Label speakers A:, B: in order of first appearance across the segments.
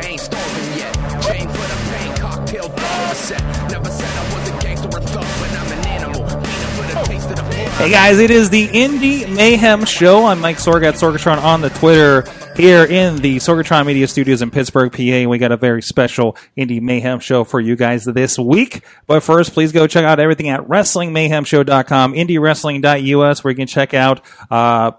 A: ain't starving yet. Chain for the pain, cocktail bar set. Never said I was a gangster or thug, but I'm an animal. Peanut for the taste of the
B: Hey guys, it is the Indie Mayhem Show. I'm Mike Sorg at Sorgatron on the Twitter here in the Sorgatron Media Studios in Pittsburgh, PA. And we got a very special Indie Mayhem Show for you guys this week. But first, please go check out everything at WrestlingMayhemShow.com, IndieWrestling.us, where you can check out uh,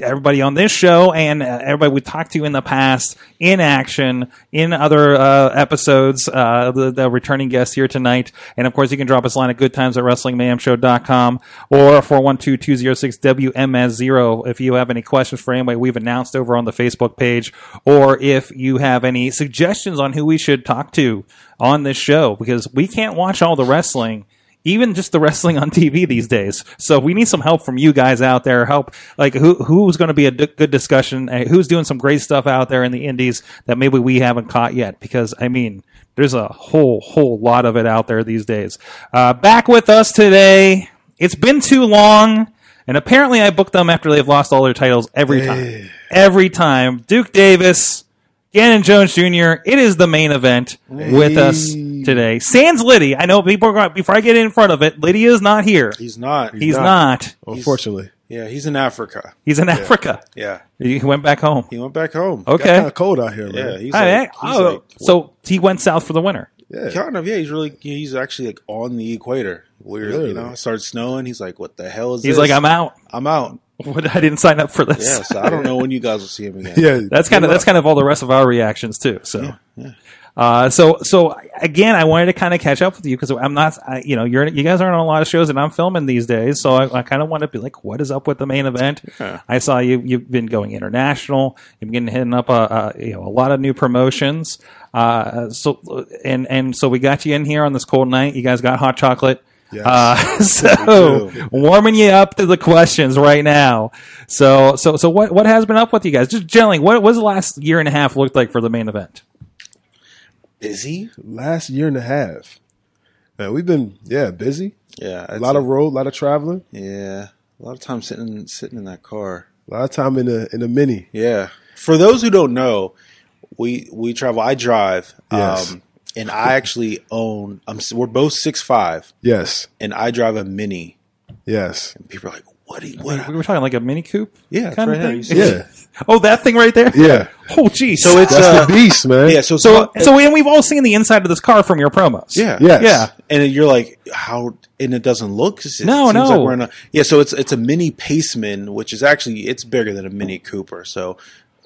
B: everybody on this show and uh, everybody we talked to in the past in action in other uh, episodes. Uh, the, the returning guests here tonight. And of course, you can drop us a line at goodtimes at wrestlingmayhemshow.com or 412-206-WMS0 if you have any questions for anybody we've announced over on the Facebook page or if you have any suggestions on who we should talk to on this show because we can't watch all the wrestling even just the wrestling on TV these days. So we need some help from you guys out there. Help, like who who's going to be a d- good discussion? and Who's doing some great stuff out there in the indies that maybe we haven't caught yet? Because I mean, there's a whole whole lot of it out there these days. Uh, back with us today. It's been too long, and apparently I booked them after they've lost all their titles every time. every time, Duke Davis. Gannon Jones Jr. It is the main event with us today. Sans Liddy. I know people are going, before I get in front of it, Liddy is not here. He's,
C: He's not.
B: not.
D: Unfortunately.
C: Yeah, he's in Africa.
B: He's in Africa.
C: Yeah,
B: He went back home.
C: he went back home.
B: Okay.
D: Kind of cold out here, man.
C: Yeah, he's,
B: All right.
C: like, he's
B: oh,
C: like
B: so he went south for the winter.
C: kind of. Yeah, he's really. He's actually like on the equator. Weird, you
D: Really?
C: know. It starts snowing. He's like, "What the hell is?"
B: He's
C: this?
B: like, I'm out.
C: I'm out."
B: What, I didn't sign up for this.
C: Yeah, so I don't know when you guys will see him again.
D: yeah.
B: that's kind of that's kind of all the rest of our reactions too. So, Uh, so so again, I wanted to kind of catch up with you because I'm not, I, you know, you're you guys aren't on a lot of shows, and I'm filming these days, so I, I kind of want to be like, what is up with the main event? I saw you you've been going international, you've been hitting up a, a you know a lot of new promotions. Uh, so and and so we got you in here on this cold night. You guys got hot chocolate.
D: Yes.
B: Uh, so
D: do.
B: warming you up to the questions right now. So so so what what has been up with you guys? Just generally, what was the last year and a half looked like for the main event?
C: Busy.
D: last year and a half. Man, we've been yeah busy.
C: Yeah,
D: A lot of road, a lot of traveling,
C: yeah, a lot of time sitting sitting in that car.
D: a lot of time in the in the mini.
C: Yeah. For those who don't know, we we travel. I drive.
D: Yes.
C: Um, and I actually own. I'm. s- We're both six five,
D: Yes,
C: and I drive a mini.
D: yes,
C: People are like, "What? do you- What?
B: We were talking like a mini coupe,
C: Yeah, it's
B: kind
C: right here.
B: of
C: You
B: thing.
C: see
D: yeah,
B: Oh, that thing right there.
D: yeah.
B: Oh, geez.
C: So it's
D: That's
C: uh,
D: the beast, man.
C: yeah. So it's
B: so
C: not-
B: so and we've all seen the inside of this car from your promos.
C: yeah,
D: Yes.
B: Yeah.
C: And then you're like, how? And it doesn't look. It
B: No,
C: seems
B: no.
C: Like we're in a, yeah. So it's it's a mini Paceman, which is actually it's bigger than a Mini
B: Oh.
C: Cooper. So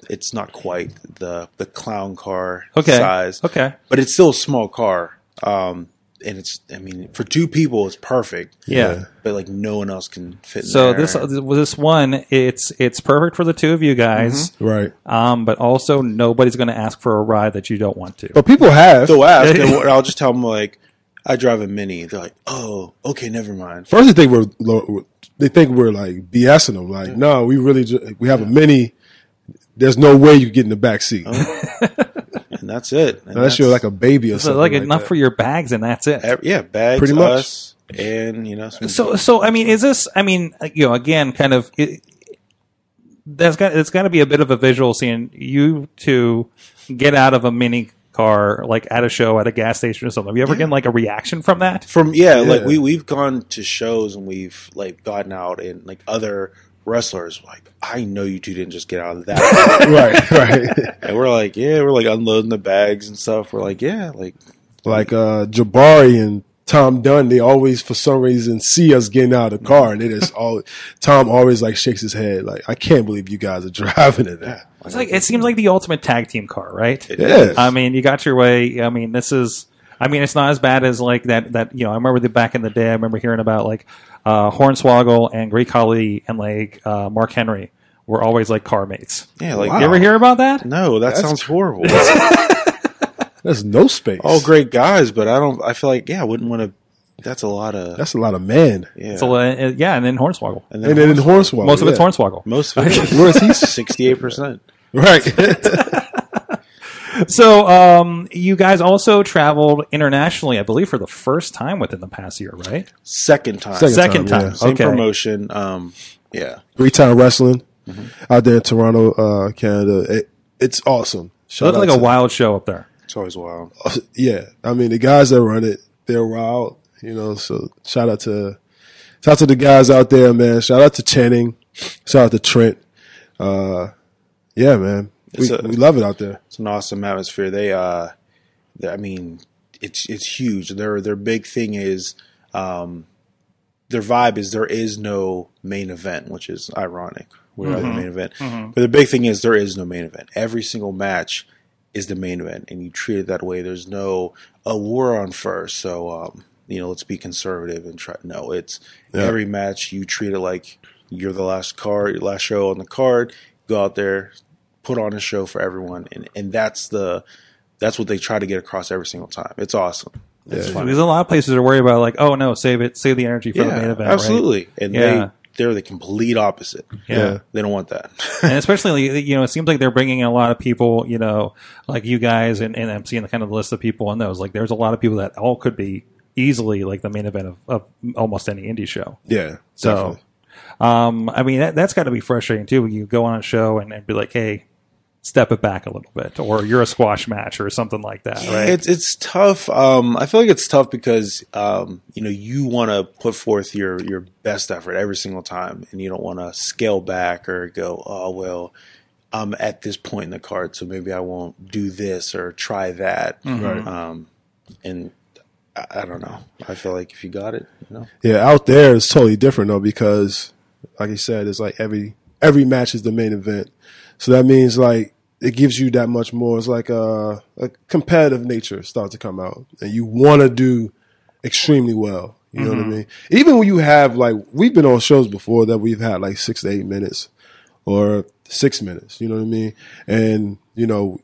C: it's not quite the the clown car
B: Okay.
C: size.
B: Okay.
C: but it's still a small car. Um, and it's I mean for two people it's perfect.
B: Yeah.
C: but like no one else can fit. in
B: So
C: there.
B: this this one, it's it's perfect for the two of you guys.
C: Mm-hmm.
D: Right.
B: Um, but also nobody's going to ask for a ride that you don't want to.
D: But people have.
C: they'll ask, and I'll just tell them like. I drive a mini. They're like, "Oh, okay, never mind."
D: First, they think we're lo- they think we're like BSing them. Like, no, we really ju- we have a mini. There's no way you get in the back seat
C: And Oh, that's it. And
D: unless you're like a baby or
B: So
D: something.
B: like
D: Like,
B: enough
D: that.
B: for your bags and that's it.
C: Ev- yeah, bags,
D: Pretty much.
C: us, and you know, some-
B: So, so I mean, is this? I mean, uh, you know, again, kind of. It, that's got it's got to be a bit of a visual seeing you two get out of a mini car like at a show at a gas station or something. Have you ever gotten like a reaction from that?
C: from yeah, like
D: Yeah.
C: we we've gone to shows and we've like gotten out and like other wrestlers were like I know you two didn't just get out of that,
D: right, right.
C: and we're like yeah, we're like unloading the bags and stuff. We're like yeah, like
D: like uh Jabari and Tom Dunn, they always for some reason see us getting out of the car and it is all Tom always like shakes his head like I can't believe you guys are driving in that.
B: It's like it seems like the ultimate tag team car, right?
D: Yes.
B: I mean, you got your way. I mean, this is. I mean, it's not as bad as like that. That you know, I remember the back in the day. I remember hearing about like uh, Hornswoggle and Great Khali and like uh, Mark Henry were always like car mates.
C: yeah, like
D: Wow.
B: You ever hear about that?
C: no, that sounds horrible.
D: There's no space.
B: Oh,
C: All great guys, but I don't. I feel like yeah, I wouldn't want to That's a lot of.
D: That's a lot of man.
C: yeah.
B: So, uh, uh, yeah, and then Hornswoggle.
C: and
D: And then in
C: most,
D: Hornswoggle.
B: Most of it's
D: yeah.
B: Hornswoggle.
C: most of it,
D: Where's he?
C: sixty-eight percent.
D: Right.
B: So, um, you guys also traveled internationally, I believe, for the first time within the past year, right?
C: Second time.
D: Second
B: Second
D: time,
B: time.
D: yeah.
C: Same
B: Okay.
C: promotion. Um. Yeah.
D: Three time wrestling
B: Mm-hmm.
D: out there in Toronto, uh, Canada. It, it's awesome.
B: It
D: Shout
B: looked like
D: out
B: a
D: to-
B: wild show up there.
C: It's always wild.
D: yeah, I mean the guys that run it, they're wild, you know. So shout out to shout out to the guys out there, man. Shout out to Channing, shout out to Trent. Uh, yeah, man, we,
C: It's a-
D: we love it out there.
C: It's an awesome atmosphere. They uh, they- I mean, it's it's huge. Their their big thing is, um, their vibe is there is no main event, which is ironic. We're at the main event, but the big thing is there is no main event. Every single match is the main event, and you treat it that way. There's no a war on first, so um, you know let's be conservative and try. No, it's every match you treat it like you're the last card, last show on the card. Go out there, put on a show for everyone, and and that's the that's what they try to get across every single time. It's awesome. It's fun.
B: Because a lot of places are worried about, like, oh, no, save it, save the energy for the main event. right?
C: Absolutely. And
B: Yeah.
C: they they're the complete opposite.
B: Yeah.
C: They don't want that.
B: and especially like, you know it seems like they're bringing in a lot of people you know like you guys and, and i'm seeing the kind of list of people on those like there's a lot of people that all could be easily like the main event of, of almost any indie show
D: Yeah,
B: so um i mean that, that's got to be frustrating too when you go on a show and, and be like hey step it back a little bit or you're a squash match or something like that right
C: It's it's tough. Um, I feel like it's tough because um, you know you want to put forth your your best effort every single time, and you don't want to scale back or go, oh well, I'm at this point in the card, so maybe I won't do this or try that.
D: Mm-hmm. Right.
C: Um, and I, I don't know. I feel like if you got it, you know,
D: yeah. Out there is totally different though because, like you said, it's like every every match is the main event. So that means like it gives you that much more. It's like a, a competitive nature starts to come out, and you want to do extremely well. You know
B: Mm-hmm.
D: what I mean? Even when you have like we've been on shows before that we've had like six to eight minutes or six minutes. You know what I mean? And you know,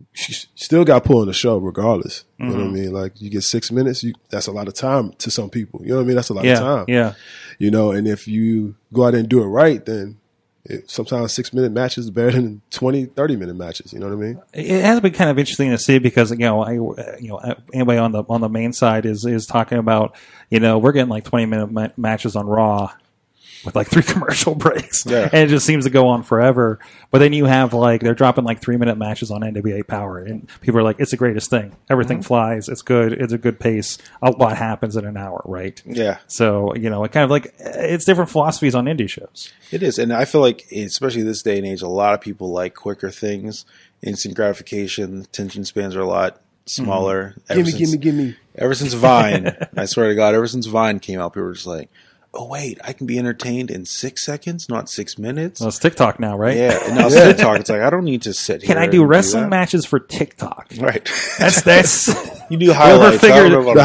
D: you s- still got pulling the show regardless. You
B: Mm-hmm.
D: know what I mean? Like you get six minutes, you that's a lot of time to some people. You know what I mean? That's a lot of
B: yeah
D: time
B: yeah
D: you know. And if you go out and do it right, then it, sometimes six minute matches is better than 20, 30 minute matches. You know what I mean?
B: it has been kind of interesting to see because you know I you know anybody on the on the main side is is talking about you know we're getting like twenty minute ma- matches on Raw with like three commercial breaks
C: Yeah.
B: and it just seems to go on forever. But then you have like they're dropping like three minute matches on NWA Power and people are like it's the greatest thing. Everything
C: Mm-hmm.
B: flies. It's good. It's a good pace. A lot happens in an hour, right?
C: yeah,
B: So you know it kind of like it's different philosophies on indie shows.
C: It is, and I feel like, especially this day and age, a lot of people like quicker things, instant gratification. Attention spans are a lot smaller. Ever
D: Mm-hmm. Gimme,
C: since-
D: gimme, gimme.
C: Ever since Vine, I swear to God, ever since Vine came out, people were just like, "Oh wait, I can be entertained in six seconds, not six minutes."
B: So it's TikTok now, right?
C: yeah, and now sit talk. It's like I don't need to sit.
B: Can
C: here
B: I do
C: and
B: wrestling
C: that.
B: matches for Tiktok?
C: Right.
B: That's that's.
C: you do highlights. I don't
B: figured
C: know about-
D: The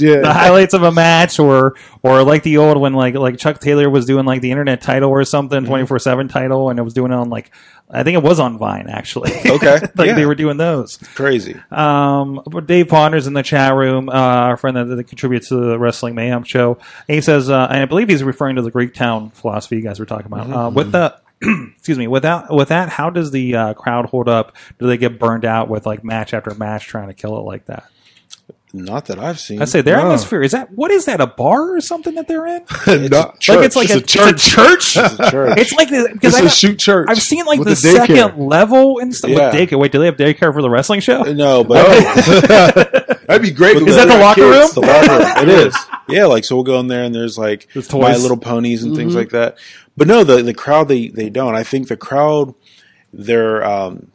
D: yeah.
B: the highlights of a match or or like the old one like like Chuck Taylor was doing like the internet title or
C: Mm-hmm.
B: something 24/7 title and it was doing it on like I think it was on Vine actually.
C: Okay,
B: like
C: yeah.
B: they were doing those.
C: crazy.
B: Um, but Dave Ponder's in the chat room, uh, our friend that, that contributes to the Wrestling Mayhem show. And he says, uh, and I believe he's referring to the Greek town philosophy you guys were talking
C: Mm-hmm.
B: about. Uh, with the, excuse me, without with that, how does the uh, crowd hold up? Do they get burned out with like match after match trying to kill it like that?
C: Not that I've seen.
B: I say their
D: No.
B: atmosphere is that what is that a bar or something that they're in?
D: It's
C: a
B: Like it's like a,
D: church.
B: It's a church.
C: church.
B: It's like the because
D: It's a
B: I've,
D: shoot church.
B: I've seen like
D: with
B: the,
D: daycare.
B: second level and stuff.
C: Yeah.
B: With daycare. Wait, do they have daycare for the wrestling show?
C: no, but
D: That'd be great.
C: Is
B: that the locker room?
C: It's the locker room. It is. Yeah, like so we'll go in there and there's like
B: There's toys. Mm-hmm.
C: My Little Ponies and things like that. But no, the the crowd they they don't. I think the crowd they're um,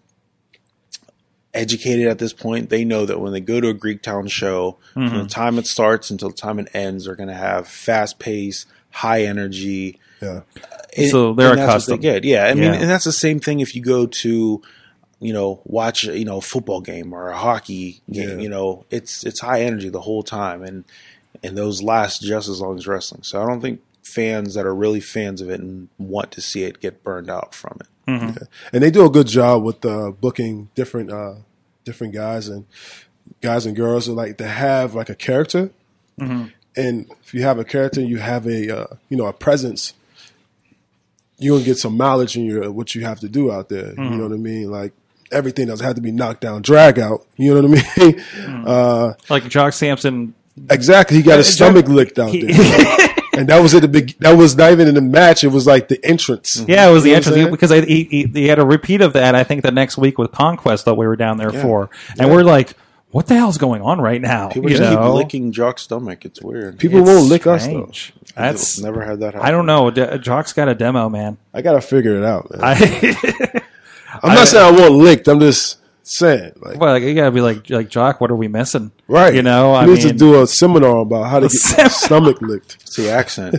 C: educated at this point. They know that when they go to a Greek town show,
B: Mm-hmm.
C: from the time it starts until the time it ends, they're going to have fast pace, high energy.
D: Yeah.
C: And-
B: So they're
C: and that's what
B: accustomed.
C: they get. Yeah, I mean,
B: Yeah.
C: and that's the same thing if you go to, you know, watch you know a football game or a hockey game.
D: Yeah.
C: You know, it's it's high energy the whole time, and and those last just as long as wrestling. So I don't think fans that are really fans of it and want to see it get burned out from it.
D: and they do a good job with uh, booking different uh,
B: Mm-hmm.
D: different guys and guys and girls and like to have like a character And if you have a character, you have a uh, you know a presence. You're gonna get some mileage in your what you have to do out there.
B: Mm-hmm.
D: You know what I mean? Like everything doesn't have to be knocked down, drag out. You know what I mean? Uh,
B: Like Jock Sampson,
D: exactly. He got his stomach licked out there. And that was at the big. That was not even in the match. It was like the entrance.
B: yeah, it was the
D: You know what I'm
B: entrance
D: saying?
B: because I, he, he, he had a repeat of that. I think the next week with Conquest that we were down there for, and we're like, "What the hell's going on right now?"
C: People
B: you
C: just keep
B: know?
C: licking Jock's stomach. It's weird.
D: People
B: It's
D: won't lick us though.
B: strange. That's
C: never had that happen.
B: I don't know. D- Jock's got a demo, man.
D: I gotta figure it out, man.
B: I
D: I'm not saying I won't lick. I'm just saying, like,
B: well, like, you gotta be like, like Jock. What are we missing?
D: right?
B: You know,
D: he
B: I
D: needs
B: mean,
D: to do a seminar about how to get
B: Seminar.
D: stomach licked.
C: It's the accent.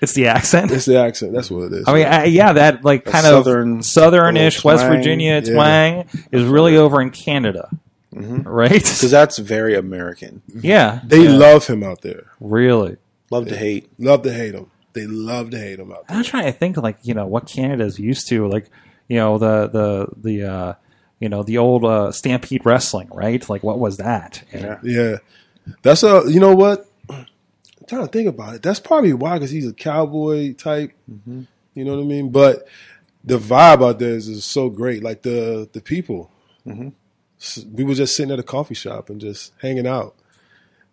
B: it's the accent.
D: It's the accent. That's what it is.
B: I mean, I, yeah, that like kind
C: southern-
B: of southernish
C: little
B: West
C: twang,
B: Virginia
D: yeah.
B: twang is really over in Canada,
C: Because
B: right?
C: that's very American.
B: Yeah,
D: they
B: Yeah.
D: love him out there.
B: really.
C: Love to hate.
D: Love to hate him. They love to hate him out there.
B: I'm trying to think like you know what Canada's used to like you know the the the uh, you know the old uh, Stampede wrestling, right? Like what was that?
C: Yeah.
D: Yeah, that's a. You know what? I'm trying to think about it. That's probably why, because he's a cowboy type.
C: Mm-hmm.
D: You know what I mean? But the vibe out there is, is so great. Like the the people.
C: Mm-hmm.
D: S- We were just sitting at a coffee shop and just hanging out,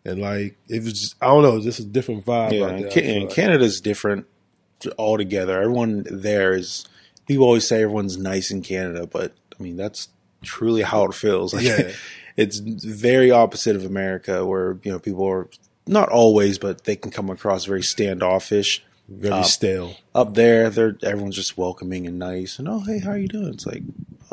D: and like it was. Just, I don't know, just a different vibe.
C: Yeah,
D: out there,
C: and,
D: I
C: Ca-
D: feel
C: and
D: like.
C: Canada's different altogether. Everyone there is. People always say everyone's nice in Canada, but I mean that's truly how it feels. Like,
D: Yeah.
C: it's very opposite of America, where you know people are not always, but they can come across very standoffish.
D: very stale.
C: Up there, they're everyone's just welcoming and nice, and oh hey, how are you doing? It's like,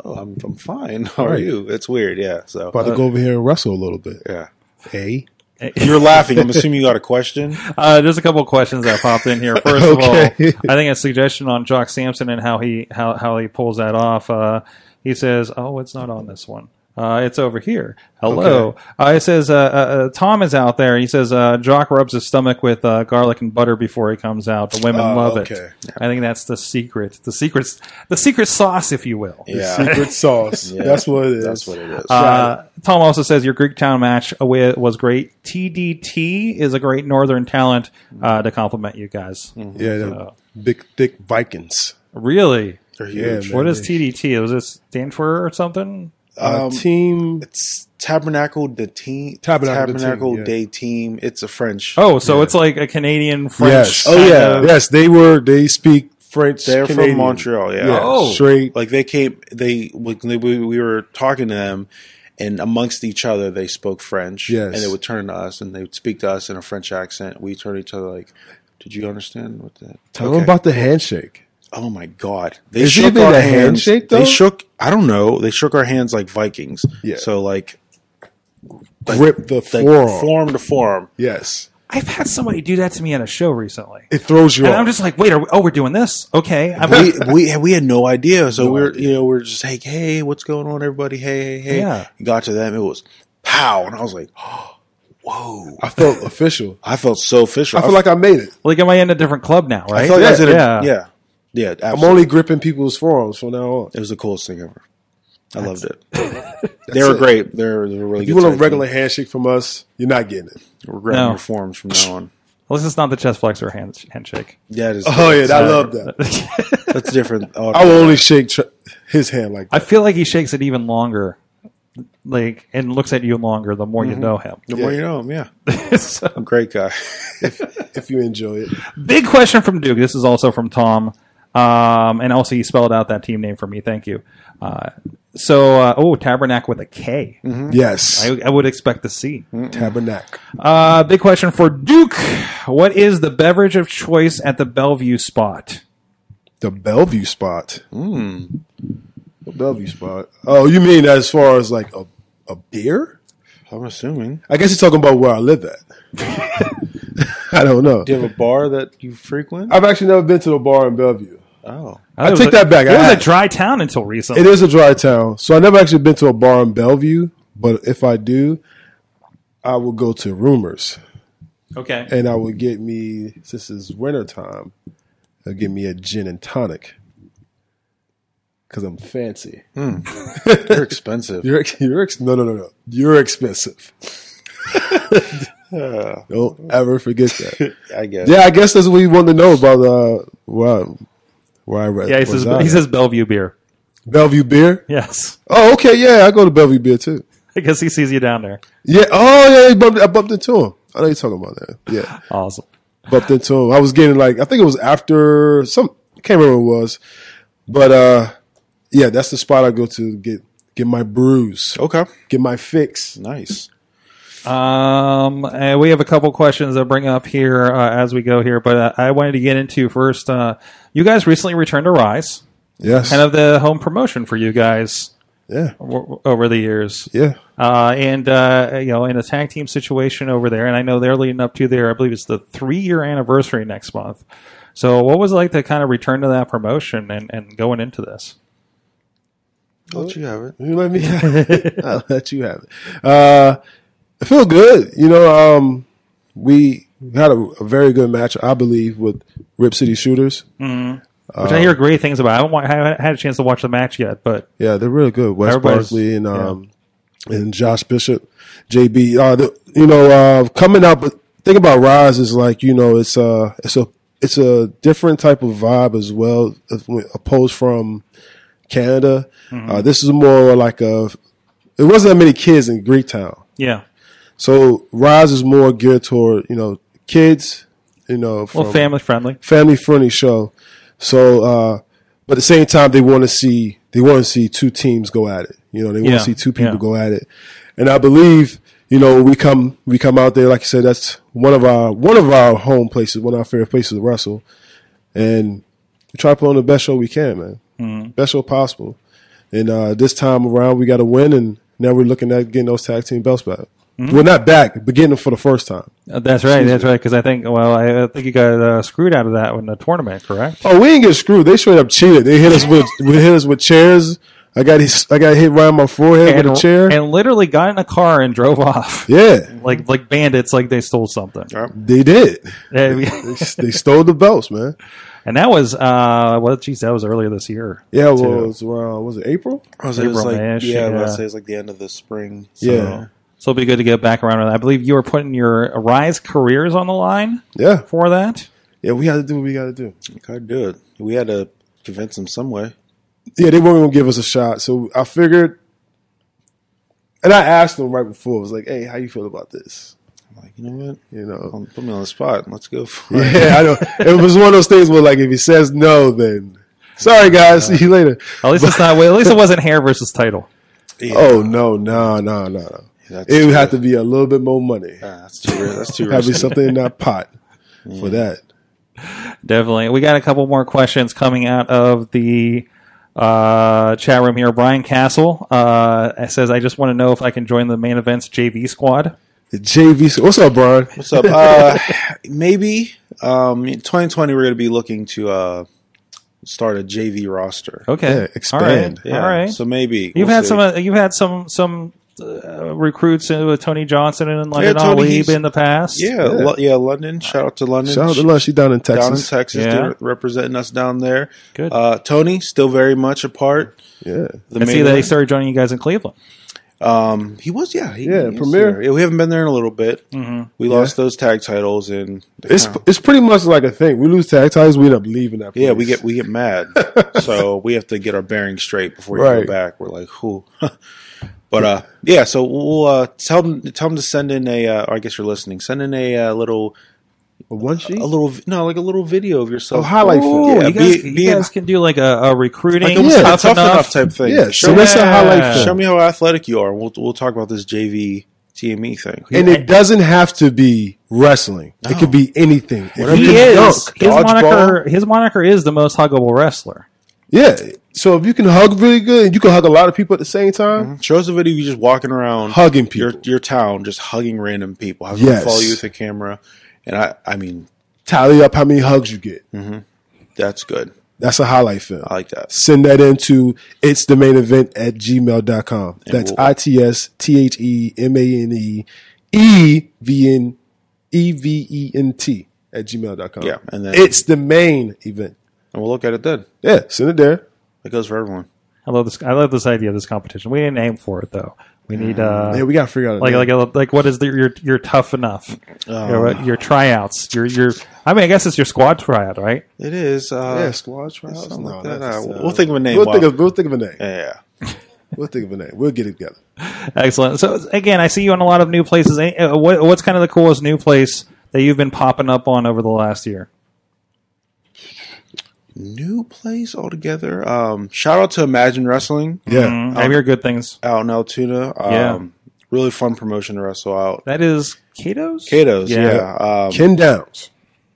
C: oh, I'm I'm fine. How are
D: Right.
C: you? It's weird, yeah. So uh,
D: About to go over here and wrestle a little bit.
C: yeah,
D: Hey,
C: you're laughing. I'm assuming you got a question.
B: Uh, there's a couple of questions that popped in here. First
D: Okay.
B: of all, I think a suggestion on Jock Sampson and how he how, how he pulls that off. Uh, he says, "Oh, it's not on this one. Uh, it's over here." Hello. Uh, it says uh, uh, uh, Tom is out there. He says uh, Jock rubs his stomach with uh, garlic and butter before he comes out. The women
D: Oh,
B: love
D: okay.
B: it. I think that's the secret. The secrets. The secret sauce, if you will.
C: Yeah,
D: secret sauce.
C: Yeah.
D: That's what it is.
C: that's what it is.
B: Uh, Tom also says your Greek town match away was great. TDT is a great northern talent uh, to compliment you guys.
D: Yeah, them big thick Vikings.
B: Really?
C: They're
D: Yeah,
C: huge.
D: man.
B: What is TDT? Was this stand for or something?
D: Uh,
C: Um,
D: team
C: It's Tabernacle de Team.
D: Tabernacle de Team,
C: Tabernacle
D: yeah.
C: de Team. It's a French.
B: Oh, so it's like a Canadian French.
D: Yes.
B: kind
D: Oh yeah.
B: of-
D: Yes, they were. They speak French.
C: They're from
D: Canadian.
C: Montreal, yeah.
B: Oh.
D: Straight.
C: Like they came, they like we, we were talking to them, and amongst each other they spoke French.
D: Yes.
C: and they would turn to us and they would speak to us in a French accent. We turn to each other like, "Did you understand what that?"
D: Tell them about the handshake.
C: Oh my God! They
D: Is it
C: shook
D: even
C: our
D: a
C: hands.
D: handshake,
C: they
D: though?
C: shook. I don't know. They shook our hands like Vikings.
D: Yeah.
C: So like, like
D: Grip the
C: like
D: forearm.
C: forearm to forearm.
D: Yes.
B: I've had somebody do that to me at a show recently,
D: It throws you
B: and
D: off.
B: I'm just like, wait, are we, oh, we're doing this? Okay, I'm
C: we, we we had no idea. So
D: No
C: we're
D: idea.
C: you know we're just like, hey, what's going on, everybody? Hey, hey, hey.
B: Yeah.
C: Got to them, it was pow, and I was like, whoa.
D: I felt official.
C: I felt so official.
D: I feel like I made it.
B: like, am I in a different club now? Right?
C: I felt like I was in a,
B: yeah.
C: yeah, yeah, yeah.
D: I'm
C: Absolutely.
D: only gripping people's forearms from now on.
C: it was the coolest thing ever. I loved it. they were
D: it.
C: great. They're they were really
D: You
C: good.
D: want a
C: tag
D: regular
C: team.
D: handshake from us? You're not getting it.
C: We're grabbing
B: No.
C: your forms from now on.
B: Well, this is not the chest flexor hand, handshake.
C: That is.
D: Oh yeah, I
C: that's-
D: love that.
C: That's different. Oh,
D: I will only shake tr- his hand like that.
B: I feel like he shakes it even longer, like and looks at you longer the more you know him.
C: Mm-hmm. the more you know, 'em, yeah.
B: So,
C: Great guy.
D: if you enjoy it.
B: big question from Duke. This is also from Tom, um, and also you spelled out that team name for me. Thank you. Uh, so, uh, oh, Tabernacle with a K.
D: Mm-hmm. Yes.
B: I, I would expect to see.
D: Tabernacle.
B: Uh, big question for Duke. What is the beverage of choice at the Bellevue spot?
D: The Bellevue spot. Mm. The Bellevue spot. Oh, you mean as far as like a, a beer?
C: I'm assuming.
D: I guess you're talking about where I live at. I don't know.
C: Do you have a bar that you frequent?
D: I've actually never been to a bar in Bellevue.
C: Oh,
B: I
D: take that back.
B: It
D: I
B: was a
D: had-
B: dry town until recently.
D: It is a dry town, so I never actually been to a bar in Bellevue. But if I do, I will go to Rumors,
B: okay.
D: and I will get me since it's winter time. I'll get me a gin and tonic because I'm fancy.
C: they're expensive.
D: You're ex- you're ex- no no no no. You're expensive. Don't ever forget that.
C: I guess.
D: yeah, I guess that's what you want to know about uh, where, I, where I read.
B: Yeah, he says,
D: reside.
B: he says Bellevue beer.
D: Bellevue beer.
B: Yes,
D: Oh, okay, yeah, I go to Bellevue beer too.
B: because he sees you down there.
D: Yeah. Oh, yeah. he bumped- I bumped into him. I know you're talking about that. Yeah,
B: Awesome.
D: bumped into him. I was getting like I think it was after some. I can't remember what it was, but uh, yeah, that's the spot I go to get get my brews,
C: Okay.
D: get my fix.
C: Nice.
B: Um, and we have a couple questions I bring up here uh, as we go here, but uh, I wanted to get into first. Uh, you guys recently returned to Rise,
D: Yes.
B: kind of the home promotion for you guys
D: yeah.
B: w- over the years.
D: Yeah.
B: Uh, and uh, you know, in a tag team situation over there, and I know they're leading up to their, I believe it's the three year anniversary next month. So, what was it like to kind of return to that promotion and, and going into this?
C: Don't you have it?
D: You let me. I'll let you have it. Uh, I feel good. You know, um, we had a, a very good match, I believe, with Rip City Shooters.
B: Which I hear great things about. I haven't, wa- I haven't had a chance to watch the match yet, but
D: Yeah, they're really good. Wes
B: Everybody's-
D: Barkley and um, and Josh Bishop, JB. Uh, the, you know, uh, coming out. But think about Rise is like you know, it's a it's a it's a different type of vibe as well, if we- opposed from Canada. Uh, this is more like a. It wasn't that many kids in Greektown.
B: yeah.
D: So Rise is more geared toward you know kids, you know,
B: Well,
D: from
B: family friendly.
D: family friendly show. So, uh, but at the same time, they want to see they want to see two teams go at it. You know, they want
B: Yeah,
D: to see two people
B: yeah.
D: go at it. And I believe you know we come we come out there like you said. That's one of our one of our home places, one of our favorite places to wrestle, and we try to put on the best show we can, man,
B: Mm-hmm.
D: best show possible. And uh, this time around, we got to win, and now we're looking at getting those tag team belts back.
B: Mm-hmm.
D: Well, not back, but getting them for the first time.
B: Uh, That's right. That's right. Because I think, well, I I think you got uh, screwed out of that in the tournament, correct?
D: Oh, we didn't get screwed. They straight up cheated. They hit us with we hit us with chairs. I got his, I got hit right on my forehead with a chair.
B: and literally got in a car and drove off
D: yeah,
B: like like bandits, like they stole something.
D: they did.
B: Uh,
D: they stole the belts, man.
B: and that was uh, well, geez, that was earlier this year.
D: Yeah, well,
B: too.
D: it was around, was it April?
C: I was, it was like,
B: April-ish,
C: yeah, I
B: yeah.
C: was say it's like the end of the spring.
D: Yeah,
B: So it'll be good to get back around to that. I believe you were putting your Rise careers on the line
D: yeah,
B: for that.
D: yeah. We got to do what we got to do.
C: You could do it. We had to convince them some way.
D: Yeah, they weren't gonna give us a shot, so I figured. And I asked them right before. I was like, "Hey, how you feel about this?"
C: I'm like, you know what?
D: You know.
C: Don't Put me on the spot. Let's go for it.
D: Yeah, I know. It was one of those things where, like, if he says no, then sorry, guys, see you later.
B: At least it's not. At least it wasn't hair versus title.
C: Yeah.
D: Oh no, no, no, no, no.
C: that's
D: It would
C: too-
D: have to be a little bit more money.
C: Ah, that's too ri- That's too
D: Have
C: risky.
D: be something in that pot for that.
B: Definitely. We got a couple more questions coming out of the uh, chat room here. Brian Castle uh, says, I just want to know if I can join the main events JV squad.
D: The JV. What's up, Brian?
C: What's up? Uh, maybe um, in 2020 we're going to be looking to uh, start a JV roster.
B: Okay.
D: Yeah, expand.
B: All right. All right.
C: So maybe
B: you've
C: We'll
B: had
C: see.
B: some, uh, you've had some, some uh, recruits uh, with Tony Johnson and London
C: Tony,
B: Ali
C: he's-
B: in the past.
C: Yeah, yeah. yeah, London. Shout out to London.
D: Shout out to Lunch. She's down in
C: down in
D: Texas.
C: Texas,
B: Yeah.
C: they're representing us down there.
B: Good.
C: Uh, Tony still very much a part.
D: yeah.
B: I see
C: The main
B: that he
C: event.
B: started joining you guys in Cleveland.
C: He was, yeah, he,
D: Yeah,
C: he was
D: Premier.
C: there. Yeah, we haven't been there in a little bit.
B: Mm-hmm.
C: We lost those tag titles, and
D: It's it's pretty much like a thing. We lose tag titles, we end up leaving that. Place.
C: yeah, we get we get mad, so we have to get our bearings straight before we
D: Right.
C: go back. We're like, who? but uh, yeah, so we'll uh, tell them tell them to send in a. Uh, or I guess you're listening. Send in a uh, little
D: one sheet.
C: a little no like a little video of yourself.
D: Oh, highlight
B: Ooh,
D: film.
C: Yeah,
B: you guys,
C: be-
B: you
C: being-
B: guys can do like a, a recruiting
C: Like almost
D: Yeah.
C: like a
B: tough, enough.
C: type thing.
D: Yeah,
C: show,
D: so that's a
B: Yeah.
D: highlight film.
C: show me how athletic you are. We'll we'll talk about this JV TME E thing.
D: and it doesn't have to be wrestling. It could be anything. If you
B: He
D: can
B: is
D: dunk,
B: his
D: dodgeball-
B: moniker. His moniker is the most huggable wrestler.
D: Yeah. So if you can hug really good, and you can hug a lot of people at the same time.
C: Show us a video of you just walking around
D: Hugging people.
C: your your town, just hugging random people. Have
D: Yes.
C: them follow you with a camera, and I I mean
D: Tally up how many hugs you get.
C: that's good.
D: That's a highlight film.
C: I like that.
D: send that into it's the main event at gmail.com. That's
C: we'll-
D: I T S T H E M A N E E V N E V E N T at gmail.com.
C: Yeah, and then-
D: it's the main event.
C: And we'll look at it then.
D: Yeah, send it there.
C: It goes for everyone.
B: I love this. I love this idea of this competition. We didn't aim for it though. We need uh,
D: Yeah, we gotta figure out a
B: like
D: name.
B: like a, like what is the, your your tough enough your, your tryouts your your I mean I guess it's your squad tryout right
C: It is. Uh,
D: yeah, squad trials.
C: something
D: No,
C: like that.
D: that's-
C: Uh, we'll think of a name
D: We'll
C: while-
D: think of, we'll think of a name.
C: Yeah.
D: We'll think of a name. We'll get it together.
B: excellent so again I see you on a lot of new places Any- uh, what, what's kind of the coolest new place that you've been popping up on over the last year
C: New place altogether. Um, shout out to Imagine Wrestling
D: Yeah.
C: Mm-hmm.
B: Mm, I hear good things
C: out in Altoona. Um,
B: Yeah.
C: Really fun promotion to wrestle out.
B: that is Kato's
C: Kato's,
B: Yeah.
C: yeah. Yeah. Um,
D: Ken Downs.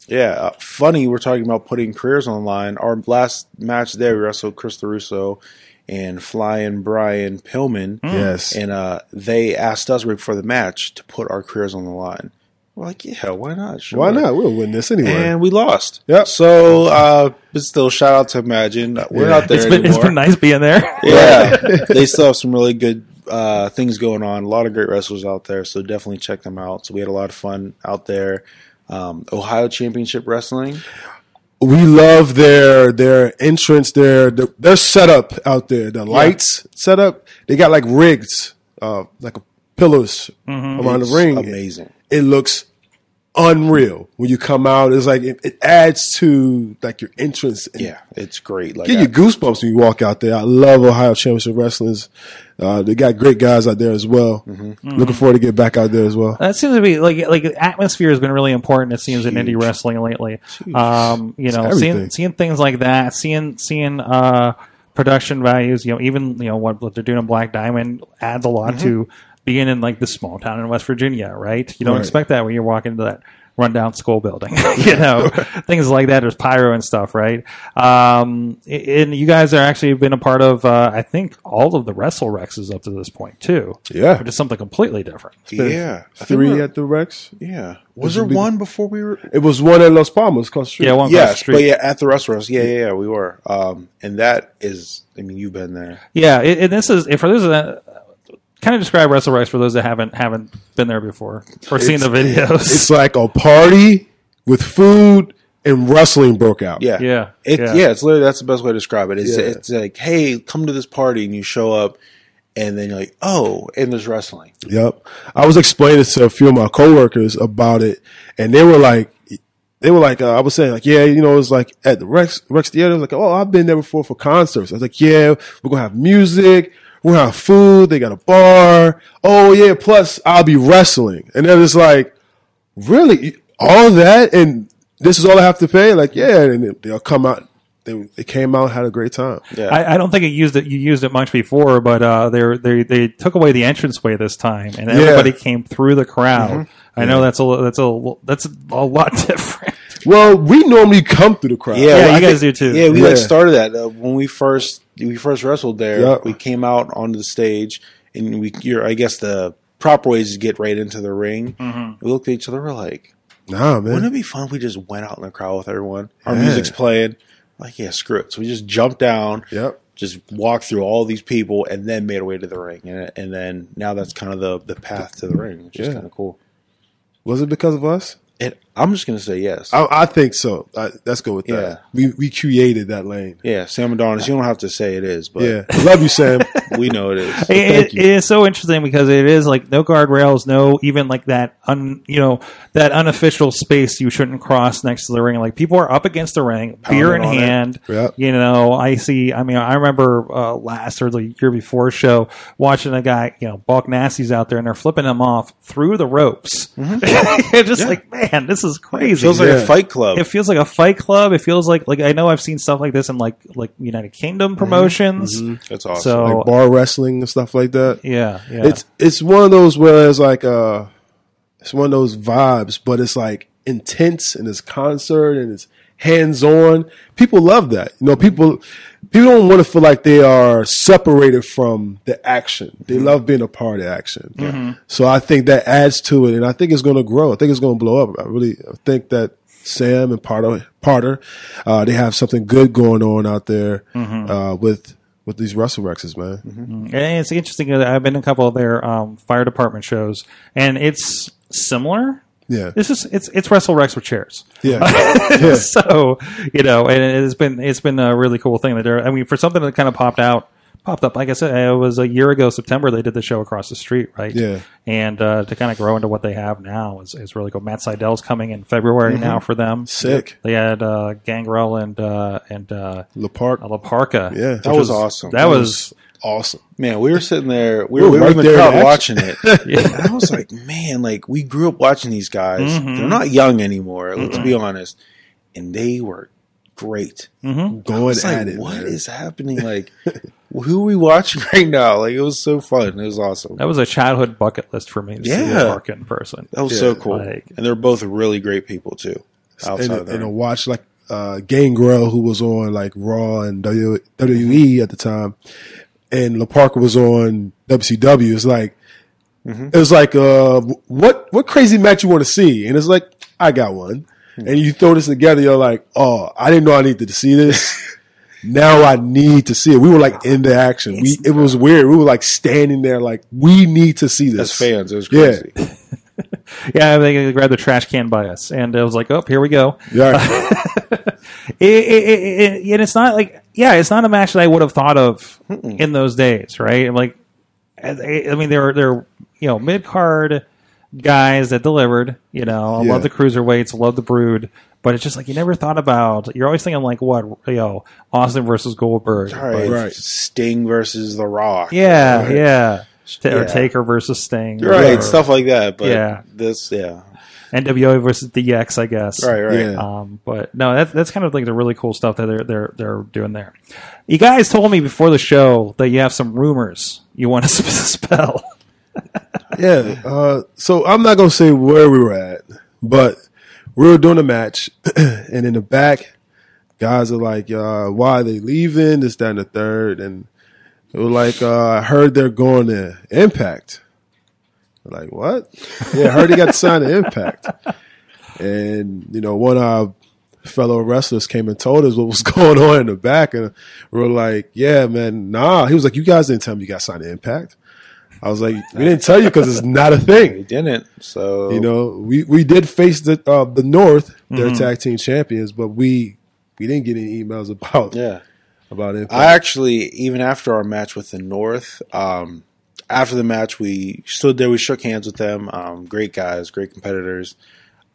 C: yeah. Uh, funny, we're talking about putting careers online. Our last match there, we wrestled Chris LaRusso and Flying Brian Pillman.
D: Hmm. Yes.
C: And uh, they asked us right before the match to put our careers on the line. We're like, yeah, why not? Sure.
D: Why not? We'll win this anyway.
C: And we lost.
D: Yep.
C: So, uh, but still, shout out to Imagine. We're
D: Yeah.
C: not there
B: it's been,
C: anymore.
B: it's been nice being there
C: yeah, they still have some really good uh, things going on. A lot of great wrestlers out there, so definitely check them out. So we had a lot of fun out there. Um, Ohio Championship Wrestling.
D: we love their their entrance, their their, their setup out there. The lights setup. They got like rigs, uh, like pillars
B: Mm-hmm.
D: around
C: It's
D: the ring.
C: amazing.
D: It, looks unreal when you come out. It's like it, it adds to like your entrance. and
C: Yeah, it's great. Like
D: Get your goosebumps when you walk out there. I love Ohio Championship Wrestlers. Uh, they got great guys out there as well.
C: Mm-hmm.
D: Looking forward to get back out there as well.
B: That seems to be like like atmosphere has been really important. It seems in indie wrestling lately. Um, you know,
D: It's
B: seeing
D: everything.
B: seeing things like that, seeing seeing uh, production values. You know, even you know what, what they're doing in Black Diamond adds a lot
D: Mm-hmm.
B: to being in like this small town in West Virginia, right? You don't
D: Right.
B: expect that when you're walking into that rundown school building, you know, things like that. There's pyro and stuff, right? Um, and you guys are actually been a part of, uh, I think, all of the Wrestle Rexes up to this point too.
D: Yeah.
B: which is something completely different.
C: yeah, I think
D: Three
C: we're-
D: at the Rex.
C: yeah. Was
D: This
C: there
D: would be-
C: one before we were?
D: It was one at Los Palmas across the street.
B: Yeah, one across the
C: Yes,
B: street.
C: but yeah, at the wrestlers. Yeah, yeah, yeah. We were. Um, and that is. I mean, you've been there.
B: Yeah, it, and this is and for those that kind of describe Wrestle Rice for those that haven't haven't been there before or seen the videos.
D: It's like a party with food and wrestling broke out.
C: Yeah,
B: Yeah,
C: It,
B: yeah.
C: yeah. it's literally that's the best way to describe it. It's
D: Yeah.
C: it's like, hey, come to this party, and you show up, and then you're like, oh, and there's wrestling.
D: Yep. I was explaining to a few of my coworkers about it, and they were like, they were like, uh, I was saying like, yeah, you know, it's like at the Rex Rex Theater. I was like, oh, I've been there before for concerts. I was like, yeah, we're gonna have music, we're gonna have food. They got a bar. Oh yeah, plus I'll be wrestling, and then it's like, really, all that, and this is all I have to pay? Like, yeah, and they'll come out. They, they came out, had a great time.
C: Yeah.
B: I, I don't think it used it. You used it much before, but uh, they they they took away the entranceway this time, and everybody came through the crowd.
D: Mm-hmm.
B: I know that's a li- that's a li- that's a lot different.
D: Well, we normally come through the crowd.
C: Yeah,
B: Yeah,
C: well,
B: you
C: I
B: guys
C: think-
B: do too.
C: Yeah, we like
D: Yeah.
C: started that uh, when we first we first wrestled there.
D: Yeah.
C: We came out onto the stage, and we you're, I guess the proper way is to get right into the ring.
B: Mm-hmm.
C: We looked at each other. We're like,
D: Nah, man.
C: wouldn't it be fun if we just went out in the crowd with everyone? Our
D: Yeah.
C: music's playing. Like, yeah, screw it. So we just jumped down.
D: Yep.
C: Just walked through all these people and then made our way to the ring, and, and then now that's kind of the, the path to the ring, which is
D: Yeah.
C: kind of cool.
D: Was it because of us?
C: And I'm just gonna say yes.
D: I, I think so. I, let's go with that.
C: Yeah.
D: We we created that lane.
C: yeah, Sam Adonis. You don't have to say it is, but
D: Yeah, love you, Sam.
C: we know it is.
B: it, it-
D: Thank
B: it is so interesting because it is like no guardrails, no even like that un you know that unofficial space you shouldn't cross next to the ring. Like people are up against the ring, beer in
C: on it.
B: hand.
D: Yep.
B: You know, I see. I mean, I remember uh, last or the year before show watching a guy. You know, Buck Nasty's out there and they're flipping him off through the ropes. You're just like, man, this is crazy.
C: Feels like
D: Yeah.
C: a Fight Club.
B: It feels like a fight club. It feels like like I know I've seen stuff like this in like like United Kingdom promotions.
C: That's awesome.
B: So
D: like bar wrestling and stuff like that.
B: yeah, yeah.
D: It's it's one of those where it's like uh, it's one of those vibes, but it's like intense and it's concert and it's hands on. People love that. You know, people people don't want to feel like they are separated from the action. They love being a part of action. So I think that adds to it, and I think it's going to grow. I think it's going to blow up. I really think that Sam and Parter, Parter, uh, they have something good going on out there uh, with with these Russell Rexes, man.
B: And it's interesting. that I've been to a couple of their um, fire department shows, and it's similar.
D: Yeah,
B: It's just it's it's Wrestle Rex with chairs.
D: yeah, yeah.
B: So you know, and it's been it's been a really cool thing that they're. I mean, for something that kind of popped out popped up. Like I said, it was a year ago, September. They did the show across the street, right?
D: Yeah.
B: And uh, to kind of grow into what they have now is, is really cool. Matt Seidel's coming in February now for them.
D: Mm-hmm. Sick.
B: They had uh, Gangrel and uh, and uh,
D: La Park.
B: La Parca.
D: Yeah.
B: which
D: That
C: was awesome.
B: That was
D: Awesome.
C: Man, we were sitting there. We
D: We
C: were,
D: were
C: we were
D: right
C: in the
D: there in
C: crowd
D: action.
C: watching it.
B: Yeah.
C: And I was like, man, like we grew up watching these guys. They're not young anymore. Let's be honest. And they were great.
D: Going
C: It's
D: at
C: like,
D: it.
C: what
D: man.
C: is happening? Like, who are we watching right now? Like, it was so fun. It was awesome.
B: that was a childhood bucket list for me to see
C: Yeah.
B: La Parca in person.
C: That was so
D: Yeah,
C: cool.
B: like-
C: and they're both really great people too. Outside
D: and,
C: of
D: a,
C: that,
D: and a watch like uh, Gangrel, who was on like Raw and W- WWE at the time, and La Parker was on WCW. It's like
C: Mm-hmm.
D: it was like uh, what what crazy match you want to see, and it's like I got one,
C: Hmm.
D: and you throw this together, you're like, oh, I didn't know I needed to see this. Now I need to see it. We were like in the action. We it was weird. We were like standing there, like we need to see
C: as
D: this.
C: fans, it was
D: Yeah.
C: crazy.
B: Yeah, they grabbed the trash can by us, and it was like, oh, here we go.
D: Yeah,
B: it, it, it, it, and it's not like yeah, it's not a match that I would have thought of in those days, right? Like, I I mean, they're they're you know mid card guys that delivered. You know, I
D: Yeah.
B: love the cruiserweights, love the Brood, but it's just like you never thought about. You're always thinking like, what you know, Austin versus Goldberg,
C: All right.
D: Right.
C: Sting versus The Rock.
B: yeah,
C: Right.
B: yeah. Or
C: Yeah.
B: Taker versus Sting, or-
C: Right,
B: or
C: stuff like that. But
B: Yeah.
C: this, yeah,
B: NWO versus DX, I guess,
C: right, right.
D: Yeah.
B: Um, but no, that's that's kind of like the really cool stuff that they're they're they're doing there. You guys told me before the show that you have some rumors you want to spell.
D: Yeah. Uh, so I'm not gonna say where we were at, but we were doing a match, and in the back, guys are like, uh, "Why are they leaving?" This, that, and the third, and they were like, uh, "I heard they're going to Impact." We're like, what? Yeah, I heard he got signed to Impact, and you know, one of our fellow wrestlers came and told us what was going on in the back, and we were like, "Yeah, man, nah." He was like, "You guys didn't tell me you got signed to Impact." I was like, "We didn't tell you because it's not a thing."
C: They didn't. So Mm-hmm.
D: You know, we, we did face the uh, the North, their tag team champions, but we we didn't get any emails about
C: yeah.
D: about Impact.
C: I actually, even after our match with the North, um, after the match, we stood there, we shook hands with them. Um, great guys, great competitors.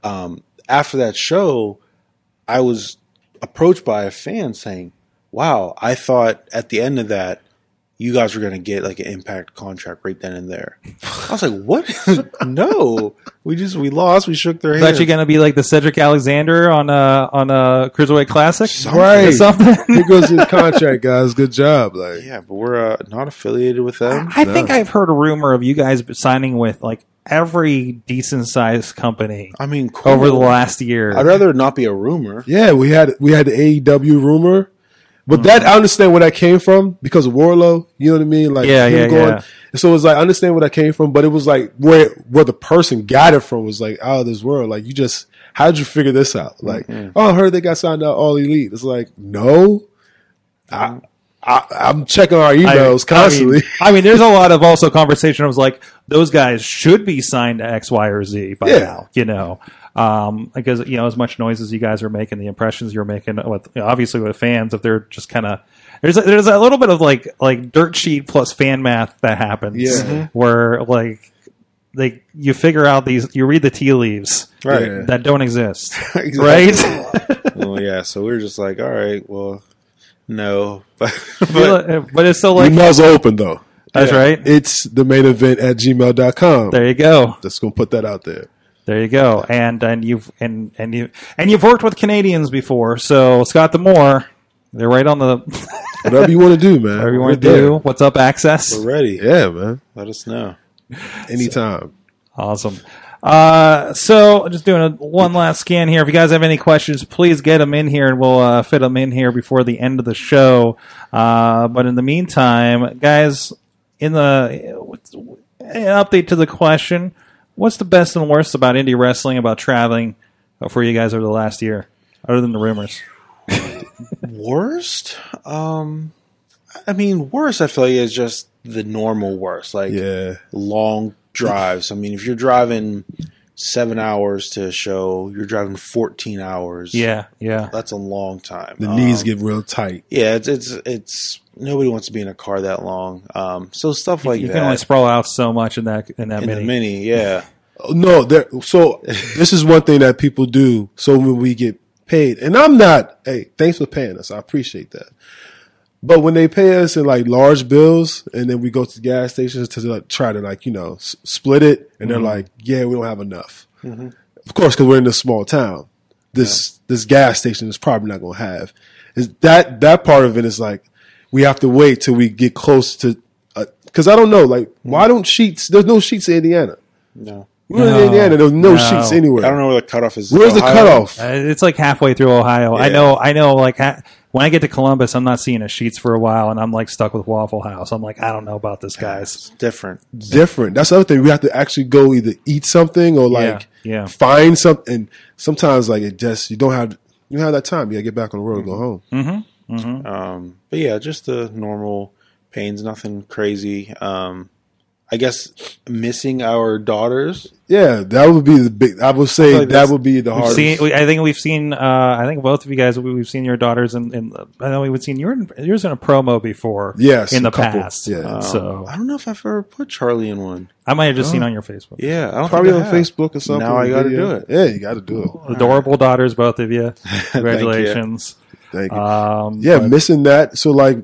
C: Um, after that show, I was approached by a fan saying, Wow, I thought at the end of that, you guys were going to get like an impact contract right then and there. I was like, What? no, we just, we lost, we shook their
B: Is that
C: hands.
B: you going to be like the Cedric Alexander on a on a cruiserweight classic?
D: right.
B: Something.
D: Here goes his contract, guys. Good job. Like,
C: yeah, but we're uh, not affiliated with them.
B: I think I've heard a rumor of you guys signing with like every decent sized company
C: I mean, cool.
B: over the last year.
C: I'd rather it not be a rumor.
D: Yeah, we had we had the AEW rumor, but
B: Mm.
D: that I understand where that came from because of Warlow. You know what I mean? Like
B: Yeah,
D: him
B: yeah,
D: going-
B: yeah.
D: So it was like I understand where that came from, but it was like where where the person got it from was like out of this world. Like you just how'd you figure this out? Like
B: Mm-hmm.
D: oh, I heard they got signed out all elite. It's like no, I, I I'm checking our emails constantly.
B: I Mm-hmm. mean, I mean, there's a lot of also conversation. I was like, those guys should be signed to X, Y, or Z by
D: Yeah.
B: now, you know, um, because you know as much noise as you guys are making, the impressions you're making with you know, obviously with fans, if they're just kind of there's a, there's a little bit of like like dirt sheet plus fan math that happens,
D: Yeah. Mhm.
B: where like like you figure out these, you read the tea leaves
C: Right.
D: Yeah.
B: that don't exist,
C: Exactly.
B: right?
C: well, yeah. So we were just like, all right, well, no, but, but
B: but, it's still like
D: emails are open though.
B: that's right.
D: It's the main event at gmail.com.
B: there you go.
D: Just gonna put that out there.
B: There you go. And and you've and and you and you've worked with Canadians before, so Scott the Moore, they're right on the
D: Whatever you want to do, man.
B: whatever you
D: We're
B: want to
D: there.
B: do. What's up, access?
C: we're ready.
D: Yeah, man.
C: Let us know.
D: Anytime.
B: Awesome. Uh, so just doing a, one last scan here. If you guys have any questions, please get them in here, and we'll uh, fit them in here before the end of the show. Uh, but in the meantime, guys, in the what's, an update to the question: What's the best and worst about indie wrestling about traveling uh, for you guys over the last year, other than the rumors?
C: Worst? Um, I mean, worst. I feel like is just the normal worst, like
D: Yeah.
C: long drives. I mean, if you're driving seven hours to a show. You're driving 14 hours.
B: Yeah, yeah.
C: That's a long time.
D: The
C: Um,
D: knees get real tight.
C: Yeah, it's, it's, it's, nobody wants to be in a car that long. Um, so stuff like
B: you
C: that.
B: can only sprawl out so much in that in that
C: in
B: mini.
C: the mini, yeah.
D: Oh, No, there. So this is one thing that people do. So when we get paid, and I'm not. Hey, thanks for paying us. I appreciate that. But when they pay us in like large bills, and then we go to gas stations to like, try to like you know s- split it,
C: Mm-hmm.
D: and they're like, "Yeah, we don't have enough." Of course, because we're in a small town. This this gas station is probably not going to have. Is that that part of it is like we have to wait till we get close to. Because I don't know, like why don't sheets? There's no sheets in Indiana.
C: Mm-hmm. No.
D: We were
B: No.
D: in Indiana. There was no,
B: No.
D: sheets
C: I
D: anywhere.
C: don't know where the cutoff is.
D: Where's the
C: Ohio?
D: cutoff?
B: Uh, it's like halfway through Ohio. I
C: Yeah.
B: know. I know. Like ha- when I get to Columbus, I'm not seeing a sheets for a while, and I'm like stuck with Waffle House. I'm like, I don't know about this, guys.
C: It's different.
D: Different. That's the other thing. We have to actually go either eat something or like
B: yeah.
D: find something. And sometimes like it just you don't have you don't have that time. You gotta get back on the road and go home.
C: Mm-hmm. Um, but yeah, just the normal pains, nothing crazy. Um, I guess missing our daughters.
D: Yeah, that would be the big. I would say
C: like
D: that
C: that's-
D: would be the
B: We've
D: hardest.
B: seen, we, I think we've seen. Uh, I think both of you guys. We, we've seen your daughters, and in, in, I know we've seen your yours in a promo before.
D: Yes,
B: in
D: a
B: the
D: couple,
B: past.
D: yeah.
C: Um,
B: so
C: I don't know if I've ever put Charlie in one.
B: I might have just seen on your Facebook.
C: Yeah, I don't
D: Probably on
C: think I have.
D: Facebook or something.
C: Now I gotta
D: video.
C: do it.
D: Yeah, you got to do it.
B: Adorable daughters, both of you. Congratulations.
D: Thank you.
C: Uh,
B: Um,
D: yeah, missing that. So like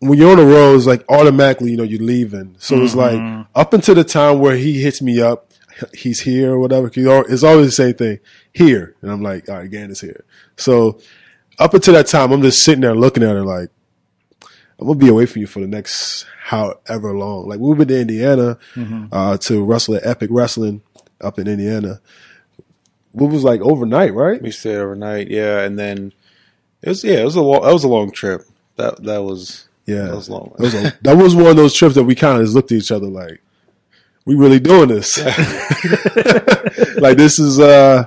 D: when you're on the road, it's like automatically, you know, you're leaving. So it's
C: Mm-hmm.
D: like up until the time where he hits me up, he's here or whatever. 'cause you al- It's always the same thing here. And I'm like, all right, Gann is here. So up until that time, I'm just sitting there looking at her like, I'm gonna be away from you for the next however long. Like we went to Indiana
C: Mm-hmm.
D: uh, to wrestle at Epic Wrestling up in Indiana. It was like overnight, right?
C: We stayed overnight. Yeah, and then it was yeah, it was a long, that was a long trip. That that was
D: Yeah,
C: that was a long.
D: That was, a- that was one of those trips that we kind of just looked at each other like, we really doing this? like this is uh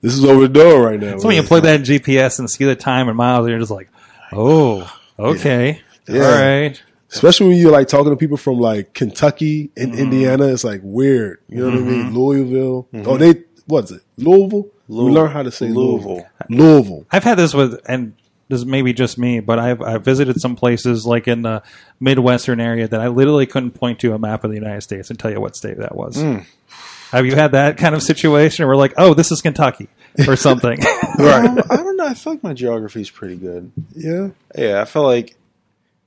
D: this is over the door right now.
B: So when you plug that in GPS and see the time and miles, you're just like, oh, okay, all right.
D: Especially when you're like talking to people from like Kentucky and
C: Mm-hmm.
D: Indiana, it's like weird. You know what I mean? Louisville.
C: Mm-hmm.
D: Oh, they what's it? Louisville. We
C: Louis-
D: learn how to say Louisville.
C: Louisville.
D: Louisville.
B: I've had this with, and this may be just me, but I've I've visited some places like in the midwestern area that I literally couldn't point to a map of the United States and tell you what state that was. Have you had that kind of situation where like, oh, this is Kentucky or something?
D: Right.
C: I don't know. I feel like my geography's pretty good.
D: yeah.
C: Yeah, I felt like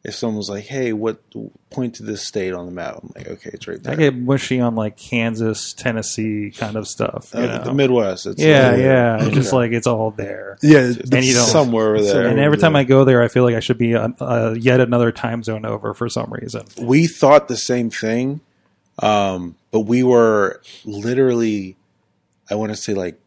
C: if someone was like, "Hey, what point to this state on the map?" I'm like, "Okay, it's right there."
B: I get mushy on like Kansas, Tennessee kind of stuff. you
C: Uh,
B: know?
C: The Midwest. It's
B: yeah,
C: it's
B: yeah, It's Just like it's all there.
D: Yeah.
B: And you don't-
C: somewhere over there.
B: And every time I go there, I feel like I should be uh, uh, yet another time zone over for some reason.
C: we thought the same thing, um, but we were literally, I want to say like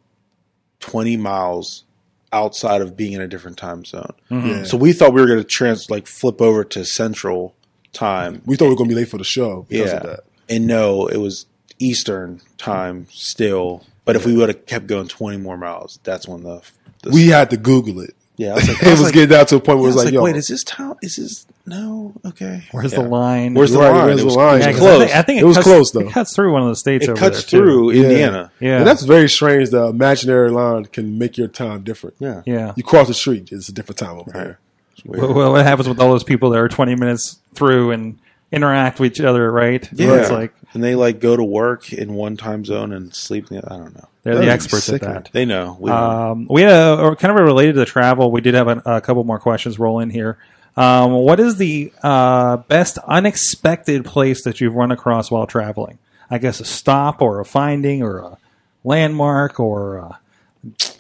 C: 20 miles outside of being in a different time zone.
B: Mm-hmm.
D: Yeah.
C: So we thought we were going to trans like flip over to central time.
D: we thought we were gonna be late for the show because
C: Yeah.
D: of that.
C: And no, it was Eastern time still. But if we would have kept going 20 more miles, that's when the, the
D: We had to Google it.
C: yeah, I was like,
D: It was getting down to a point where it was
C: I was
D: like,
C: like,
D: yo,
C: wait, is this town? Is this no? Okay,
B: Where's
C: Yeah.
B: the line?
C: Where's the
D: Right,
C: line?
D: where's
C: It
D: the
C: was- it
D: line?
B: Yeah,
C: was
B: 'cause
C: close.
B: I think, I think
D: It was
B: cuts,
D: close, though.
B: It cuts through one of the states.
C: it
B: over
C: cuts
B: there, too.
C: through
D: Yeah.
C: Indiana.
B: Yeah,
D: And that's very strange. The imaginary line can make your time different.
C: Yeah.
B: yeah.
D: You cross the street, it's a different time over there.
C: It's weird.
B: Well, what happens with all those people that are twenty minutes through and interact with each other? Right?
C: Yeah.
B: it's like
C: and they like go to work in one time zone and sleep. In the, I don't know.
B: they're
D: That'd
B: the
D: be
B: experts at
D: sick.
B: that.
C: They know. We know.
B: Um, we had a or kind of related to the travel. We did have a, a couple more questions roll in here. Um, what is the uh, best unexpected place that you've run across while traveling? I guess a stop or a finding or a landmark or uh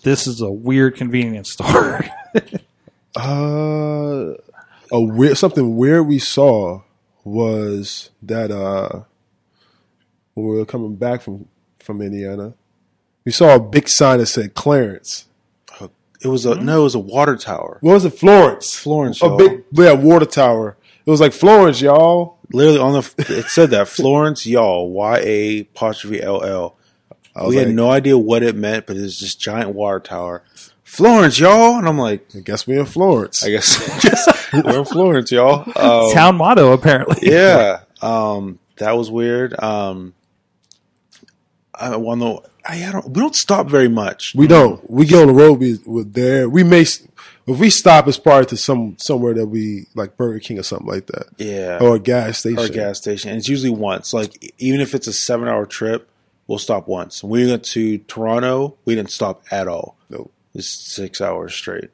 B: this is a weird convenience store.
D: Uh, a weird something weird we saw was that uh, when we were coming back from from Indiana, we saw a big sign that said Clarence.
C: It was a no. It was a water tower.
D: What was it, Florence?
C: Florence,
D: a
C: y'all.
D: big yeah water tower. It was like Florence, y'all.
C: Literally on the. It said that Florence y'all Y A apostrophe L L.
D: I was
C: We had
D: like,
C: no idea what it meant, but it was this giant water tower. Florence y'all, and I'm like,
D: I guess we in Florence.
C: I guess, I guess we're in Florence y'all. Um,
B: Town motto, apparently.
C: yeah um that was weird um i one the I, I don't. We don't stop very much.
D: We don't. We get on the road. We we're there. We may s- if we stop, it's probably to some somewhere that we like Burger King or something like that.
C: Yeah.
B: Oh,
D: Or a gas station.
C: or a gas station. And it's usually once. Like e, even if it's a seven hour trip, we'll stop once. When we went to Toronto, we didn't stop at all.
D: Nope.
C: It's six hours straight.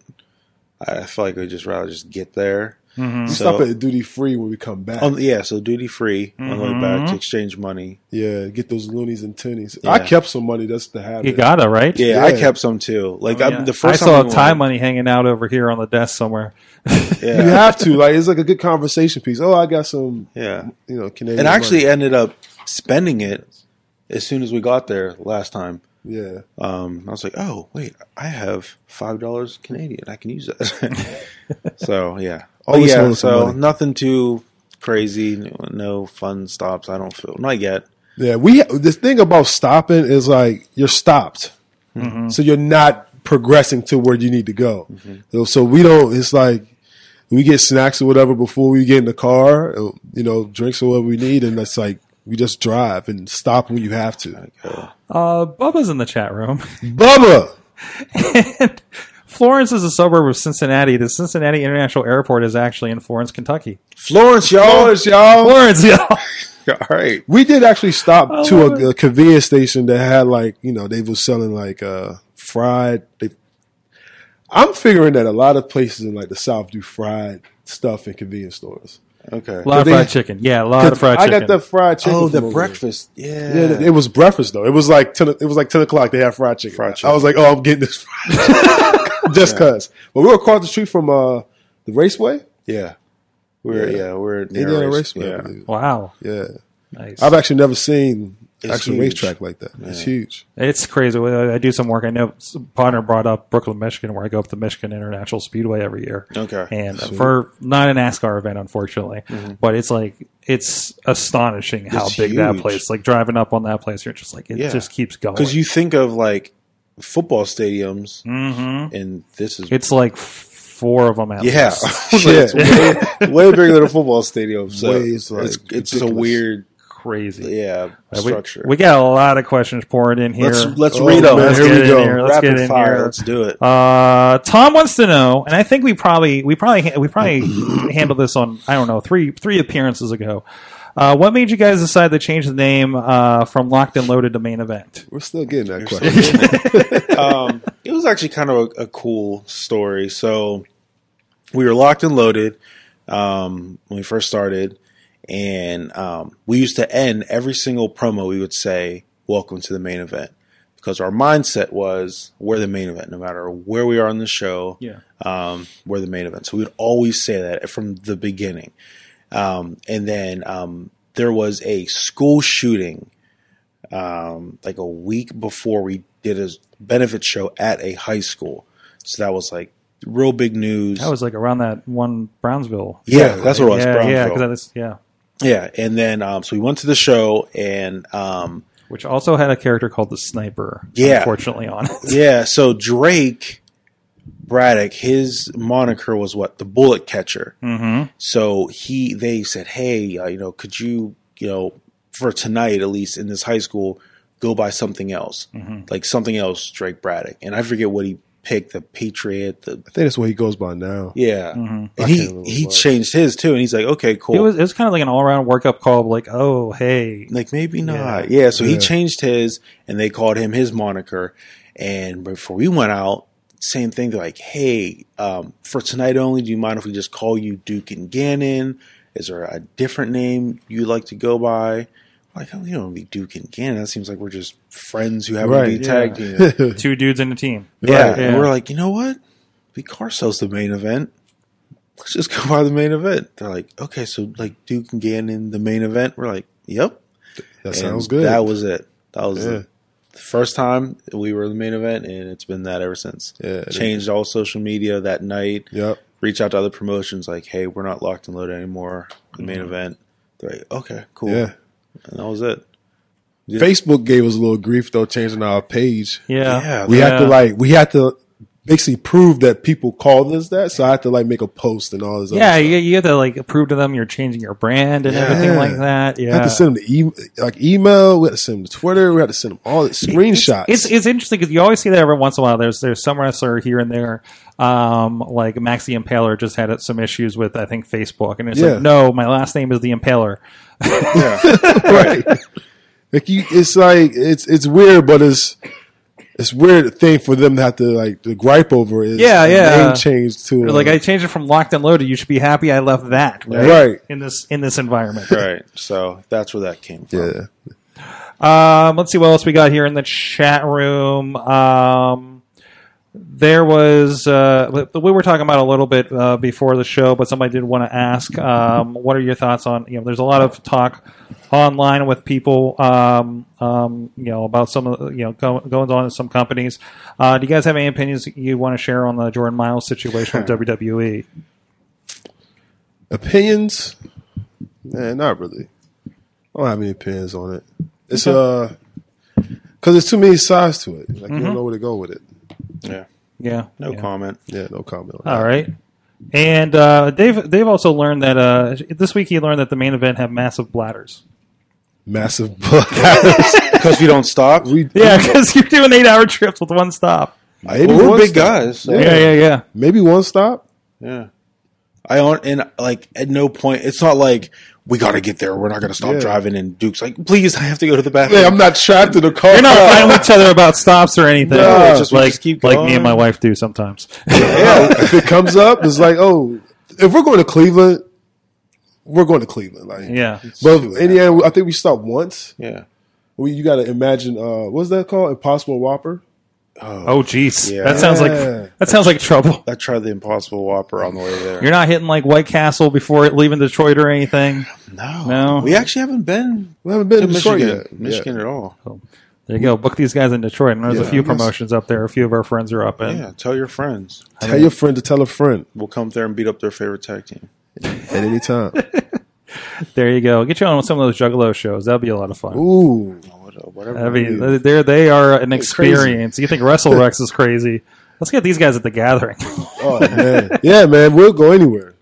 C: I I feel like we just rather just get
B: Mm-hmm.
C: there.
D: We
C: Mm. So-
D: stop at the duty free when we come back.
C: Oh, yeah, so duty free on the way
B: Mm-hmm.
C: back to exchange money.
D: yeah, get those loonies and tinnies.
C: Yeah.
D: I kept some money. That's the habit.
B: You gotta right.
C: Yeah, I
D: Yeah.
C: kept some too. Like
B: Oh,
C: I,
B: yeah.
C: the first
B: I
C: time
B: saw
C: we
B: time
C: went-
B: money hanging out over here on the desk somewhere.
D: you
C: Yeah,
D: have to like. It's like a good conversation piece. Oh, I got some.
C: yeah.
D: You know, Canadian.
C: And I actually eh,
D: money.
C: ended up spending it as soon as we got there last time.
D: yeah.
C: um, I was like, oh wait, I have five dollars Canadian. I can use that. so yeah. Oh
D: Always
C: yeah.
D: throwing some
C: So
D: money.
C: nothing too crazy. no- No fun stops. I don't feel not yet.
D: Yeah, we the thing about stopping is like you're stopped, so you're not progressing to where you need to go. So, so we don't. It's like we get snacks or whatever before we get in the car, uh, you know, drinks or whatever we need, and that's like we just drive and stop when you have to.
B: Uh, Bubba's in the chat room.
D: Bubba,
B: Florence is a suburb of Cincinnati. The Cincinnati International Airport is actually in Florence, Kentucky.
C: Florence, y'all.
D: Florence, y'all.
B: Florence, yeah.
C: All right.
D: We did actually stop to
B: love
D: a, a convenience station that had like you know they was selling like uh fried. They, I'm figuring that a lot of places in like the South do fried stuff in convenience stores.
C: Okay.
B: A lot of
D: They-
B: fried chicken. Yeah, a lot of fried chicken.
D: I got the fried chicken.
C: oh, the
D: from over
C: breakfast.
D: there.
C: Yeah.
D: Yeah, it was breakfast though. It was like ten. o- It was like ten o'clock. They had fried chicken.
C: Fried chicken.
D: I was like, oh, I'm getting this fried chicken. just cause. But we were across the street from uh, the raceway,
C: yeah. We're yeah,
D: Yeah.
C: we're near
D: Indiana
C: race-
D: Raceway. I
C: yeah.
D: believe.
B: wow.
D: Yeah,
B: Nice.
D: I've actually never seen
C: It's
D: actual
C: huge.
D: racetrack like that. It's huge.
B: It's crazy. I I do some work. I know some partner brought up Brooklyn, Michigan, where I go up to Michigan International Speedway every year.
C: Okay. Mm-hmm.
B: and for not a NASCAR event, unfortunately, but it's like it's astonishing how
C: It's
B: big that
C: huge.
B: place. Like driving up on that place, you're just like it
C: Yeah.
B: just keeps going.
C: Because you think of like football stadiums, and this is
B: Mm-hmm. it's like f- four of them at
C: Yeah,
B: least.
C: It's way, way bigger than a football stadium. So
D: Way
C: it's
D: is, like,
C: it's, just a
D: ridiculous.
C: weird
B: crazy.
C: yeah
B: Uh, we-
C: structure.
B: We, got a lot of questions pouring in here.
C: let's let's
D: Oh,
C: read them.
D: man,
B: Let's
D: here
B: get
D: we
B: in
D: go.
B: here. Let's
C: Rapid
B: get in
C: fire.
B: here.
C: Let's do it.
B: Uh, Tom wants to know, and I think we probably we probably we probably handled this on I don't know three three appearances ago. Uh, what made you guys decide to change the name uh, from Locked and Loaded to Main Event?
D: We're still getting that question.
C: um, it was actually kind of a, a cool story. So we were locked and loaded um, when we first started, and um, we used to end every single promo. We would say, "Welcome to the main event," because our mindset was we're the main event, no matter where we are on the show.
B: Yeah.
C: um, we're the main event. So we would always say that from the beginning. Um, and then um, there was a school shooting um, like a week before we did a benefit show at a high school. So that was like real big news.
B: That was like around that one Brownsville.
C: yeah, that's what it was.
B: yeah, yeah,
C: Brownsville.
B: 'cause that is- yeah.
C: yeah. And then um, so we went to the show and um,
B: Which also had a character called the Sniper.
C: Yeah.
B: unfortunately on it.
C: yeah. So Drake Braddock, his moniker was what the bullet catcher.
B: Mm-hmm.
C: So he, they said, hey, uh, you know, could you, you know, for tonight at least in this high school, go buy something else,
D: Mm-hmm.
C: like something else, Drake Braddock, and I forget what he picked, the Patriot, the
D: I think that's what he goes by now.
C: yeah,
D: Mm-hmm. I
C: and
D: can't
C: he
D: remember what
C: he
D: it was.
C: changed his too, and he's like, okay, cool,
B: It was it was kind of like an all around workup call. Like, oh hey,
C: like maybe not. Yeah, so he changed his, and they called him his moniker. And before we went out, same thing. They're like, "Hey, um, for tonight only, do you mind if we just call you Duke and Gannon? Is there a different name you'd like to go by?" I'm Like, oh, you don't want to be Duke and Gannon. That seems like we're just friends who haven't
D: Right,
C: been
B: yeah.
C: tag team.
B: two dudes in a team.
C: yeah.
B: Right,
C: And
B: yeah.
C: we're like, you know what? We car sells the main event. Let's just go by the main event. They're like, okay, so like Duke and Gannon, the main event. We're like, yep.
D: That
C: And
D: sounds good.
C: That was it. That was
D: Yeah.
C: the the first time we were the main event, and it's been that ever since.
D: Yeah, it
C: Changed all social media that night.
D: Yep.
C: Reach out to other promotions like, hey, we're not locked and loaded anymore. The main event. They're like, okay, cool.
D: Mm-hmm. Yeah.
C: And that was it.
D: Facebook gave us a little grief though, changing our page.
B: Yeah,
C: Yeah.
D: We had to
B: Yeah.
D: like we had to basically prove that people call this that. So I had to like make a post and all this. other
B: Yeah,
D: stuff.
B: you, you have to like prove to them you're changing your brand and
D: Yeah.
B: everything like that. Yeah,
D: I had to send them the e- like email. We had to send them to Twitter. We had to send them all the screenshots.
B: It's it's interesting because you always see that every once in a while. There's there's some wrestler here and there, um, like Maxi Impaler just had some issues with I think Facebook, and it's
D: Yeah.
B: like no, my last name is the Impaler.
D: right. Like you, it's like it's it's weird, but it's it's weird thing for them to have to like to gripe over is
B: Yeah,
D: the
B: yeah.
D: name change to
B: They're
D: uh,
B: Like I changed it from locked and loaded. You should be happy I left that right,
D: Right.
B: in this in this environment.
C: Right. So that's where that came from.
D: yeah.
B: Um, let's see what else we got here in the chat room. Um, there was uh, we- we were talking about a little bit uh, before the show, but somebody did want to ask, um, what are your thoughts on you know? There's a lot of talk online with people, um, um, you know, about some of the- you know go, goings on in some companies. Uh, do you guys have any opinions you want to share on the Jordan Miles situation with E? WWE?
D: Opinions? Man, not really. I don't have any opinions on it. It's uh, because there's too many sides to it. Like you
B: Mm-hmm.
D: don't know where to go with it.
C: Yeah.
B: Yeah,
C: No
B: yeah.
C: comment.
D: Yeah, no comment. On
B: All right. And uh, Dave, Dave also learned that uh, this week he learned that the main event have massive bladders.
D: that. Massive blackouts.
C: Because we don't stop.
D: we
B: Yeah, because you're doing eight hour trips with one stop.
D: maybe
C: Well, we're
D: one
C: big
D: stop.
C: guys. so-
B: Yeah, yeah, yeah.
D: Maybe one stop.
C: Yeah. I on and like at no point it's not like we gotta get there. We're not gonna stop
D: Yeah.
C: driving. And Duke's like, please, I have to go to the bathroom.
D: Hey, I'm not trapped in the car.
B: We're not fighting with each other about stops or anything.
D: No,
B: It's
D: we
B: just
C: just
B: like
C: keep
B: like me
C: going.
B: and my wife do sometimes.
D: Yeah, if it comes up, it's like, oh, if we're going to Cleveland, we're going to Cleveland. Like,
B: yeah,
D: But Indiana, I think we stopped once.
C: yeah.
D: We, you got to imagine, uh, what's that called? Impossible Whopper.
B: Oh, jeez,
C: Yeah.
B: that sounds like
D: Yeah.
B: that sounds like trouble.
C: I tried the impossible whopper on the way there.
B: You're not hitting like White Castle before it leaving Detroit or anything.
C: no.
B: No.
C: We actually haven't been
D: We haven't been
C: to
D: to Detroit
C: Michigan.
D: yet.
C: Michigan at all.
B: Oh. There you go. Book these guys in Detroit. And there's a
D: Yeah.
B: few promotions up there. A few of our friends are up in.
C: Yeah, tell your friends.
D: Yeah. Tell your friend to tell a friend
C: We'll come up there and beat up their favorite tag team.
D: at any time.
B: There you go. Get you on with some of those Juggalo shows. That'd be a lot of fun.
D: Ooh,
C: What- Whatever.
B: I mean, they're they are an
D: crazy.
B: experience. You think WrestleRex is crazy? Let's get these guys at the gathering.
D: oh man, yeah, man, we'll go anywhere.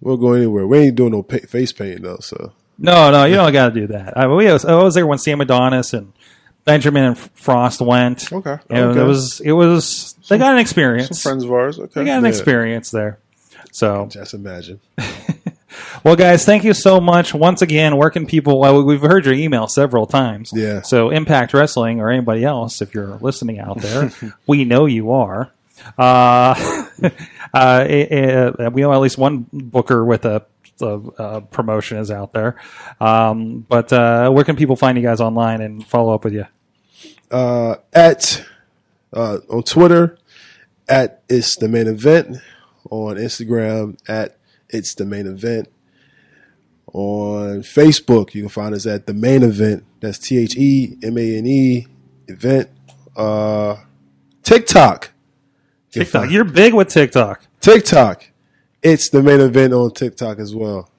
D: We'll go anywhere. We ain't doing no pa face painting though. So
B: no, no, you don't got to do that. I, we, I was- I was there when Sam Adonis and Benjamin and Frost went.
C: Okay.
B: and
D: Okay.
B: it was it was they got an experience.
C: Friends of ours. Okay.
B: They got an
D: Yeah.
B: experience there. So,
D: just imagine.
B: well, guys, thank you so much once again. Where can people? Well, we've heard your email several times.
D: Yeah.
B: So, Impact Wrestling or anybody else, if you're listening out there, we know you are. uh, uh, it- it- we know at least one booker with a, a, a promotion is out there. Um, but uh, where can people find you guys online and follow up with you?
D: uh, at uh, on Twitter at it's the main event on Instagram at it's the main event on Facebook you can find us at the main event that's T H E M A N E event uh, TikTok
B: TikTok. You're big with TikTok.
D: TikTok it's the main event on TikTok as well.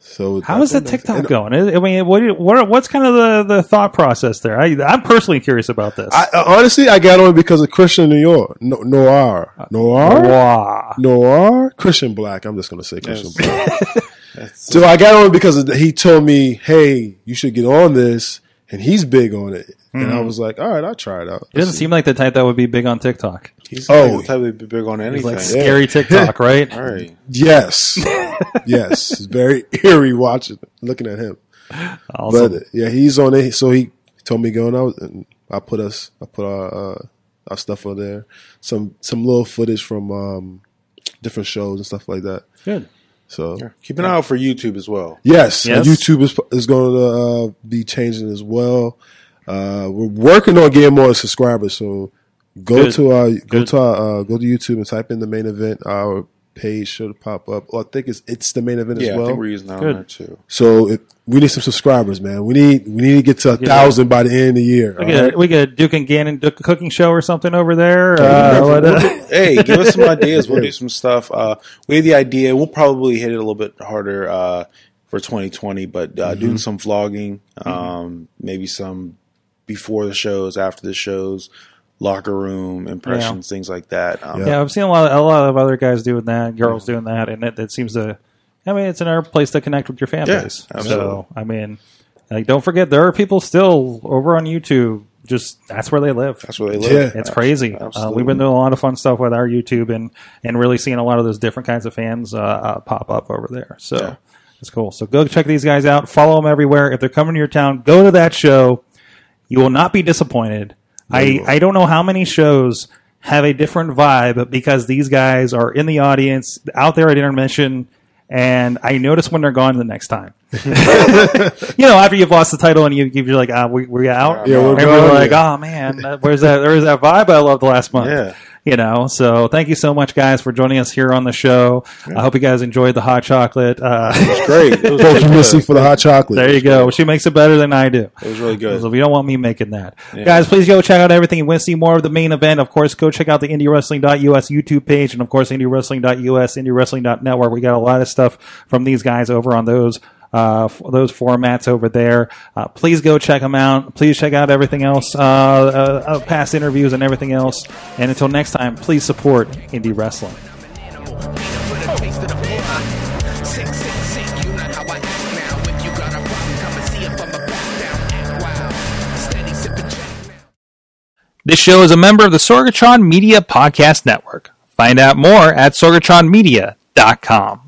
D: So
B: How is the TikTok going? I I mean, what, do you- what are- what's kind of the, the thought process there? I, I'm personally curious about this.
D: I, uh, honestly, I got on because of Christian New York. No, Noir.
B: Uh,
D: Noir?
B: Wow.
D: Noir Christian Black. I'm just gonna say Christian
C: Yes.
D: Black. so I got on because of the, he told me, "Hey, you should get on this," and he's big on it. And I was like, "All right, I'll try it out."
B: He doesn't seem like the type that would be big on TikTok.
C: He's
D: Oh.
C: like the type that'd be big on anything.
B: Like scary TikTok, right?
C: All right.
D: Yes, yes, it's very eerie watching, looking at him.
B: Awesome.
D: But uh, yeah, he's on it. So he told me going out, and I put us, I put our uh, our stuff on there, some some little footage from um, different shows and stuff like that.
B: Good.
D: So
C: Keep an eye out for YouTube as well.
D: Yes, and
B: Yes.
D: YouTube is is going to uh, be changing as well. Uh, we're working on getting more subscribers, so go
B: Good.
D: to our go
B: Good.
D: to our, uh, go to YouTube and type in the main event. Our page should pop up. Oh, I think it's it's the main event
C: Yeah,
D: as
C: I
D: well.
C: think we're using that
B: Good.
C: on there too.
D: so if, we need some subscribers, man. We need we need to get to a thousand by the end of the year.
B: We
D: all
B: get,
D: right?
B: a,
C: uh,
B: we get a Duke and Gannon Duke cooking show or something over there. Uh, what, uh,
C: hey, give us some ideas. We'll do some stuff. Uh, we had the idea. We'll probably hit it a little bit harder uh, for 2020, but uh, doing some Mm-hmm. vlogging, um, maybe some before the shows, after the shows, locker room impressions, things like that. Um,
B: Yeah, I've seen a lot, of, a lot of other guys doing that, girls doing that, and it, it seems to. I mean, it's another place to connect with your fan
C: Yeah,
B: base.
C: absolutely.
B: So, I mean, like, don't forget there are people still over on YouTube. Just that's where they live.
C: That's where they live.
B: It's crazy. Uh, we've been doing a lot of fun stuff with our YouTube and and really seeing a lot of those different kinds of fans uh, uh, pop up over there. So
C: Yeah.
B: it's cool. So go check these guys out. Follow them everywhere. If they're coming to your town, go to that show. You will not be disappointed. I, I don't know how many shows have a different vibe because these guys are in the audience, out there at intermission, and I notice when they're gone the next time. you know, after you've lost the title and you, you're like, ah, we, we're out.
D: Yeah, we're
B: and
D: gone,
B: we're like,
D: yeah.
B: oh man, that- where's that? Where's that vibe I loved last month?
C: Yeah.
B: You know, so thank you so much, guys, for joining us here on the show. I hope you guys enjoyed the hot chocolate. Uh,
C: great. It was,
D: Coach
C: really
D: Missy
C: good.
D: for the hot chocolate.
B: there you go. She makes it better than I do.
C: It was really good.
B: So if you don't want me making that. Guys, please go check out everything. If you want to see more of the main event, of course, go check out the IndieWrestling.us YouTube page and, of course, IndieWrestling.us, IndieWrestling.network. We got a lot of stuff from these guys over on those. Uh, f- those formats over there. Uh, please go check them out. Please check out everything else, uh, uh, uh, past interviews and everything else. And until next time, please support indie wrestling.
A: animal. Beat it for the taste of the blood. Sick, sick, sick. You know how I act now. If you got a problem, come and see if I'm a back down. Act wild. Steady sipping Jack now.
B: This show is a member of the Sorgatron Media Podcast Network. Find out more at sorgatronmedia.com.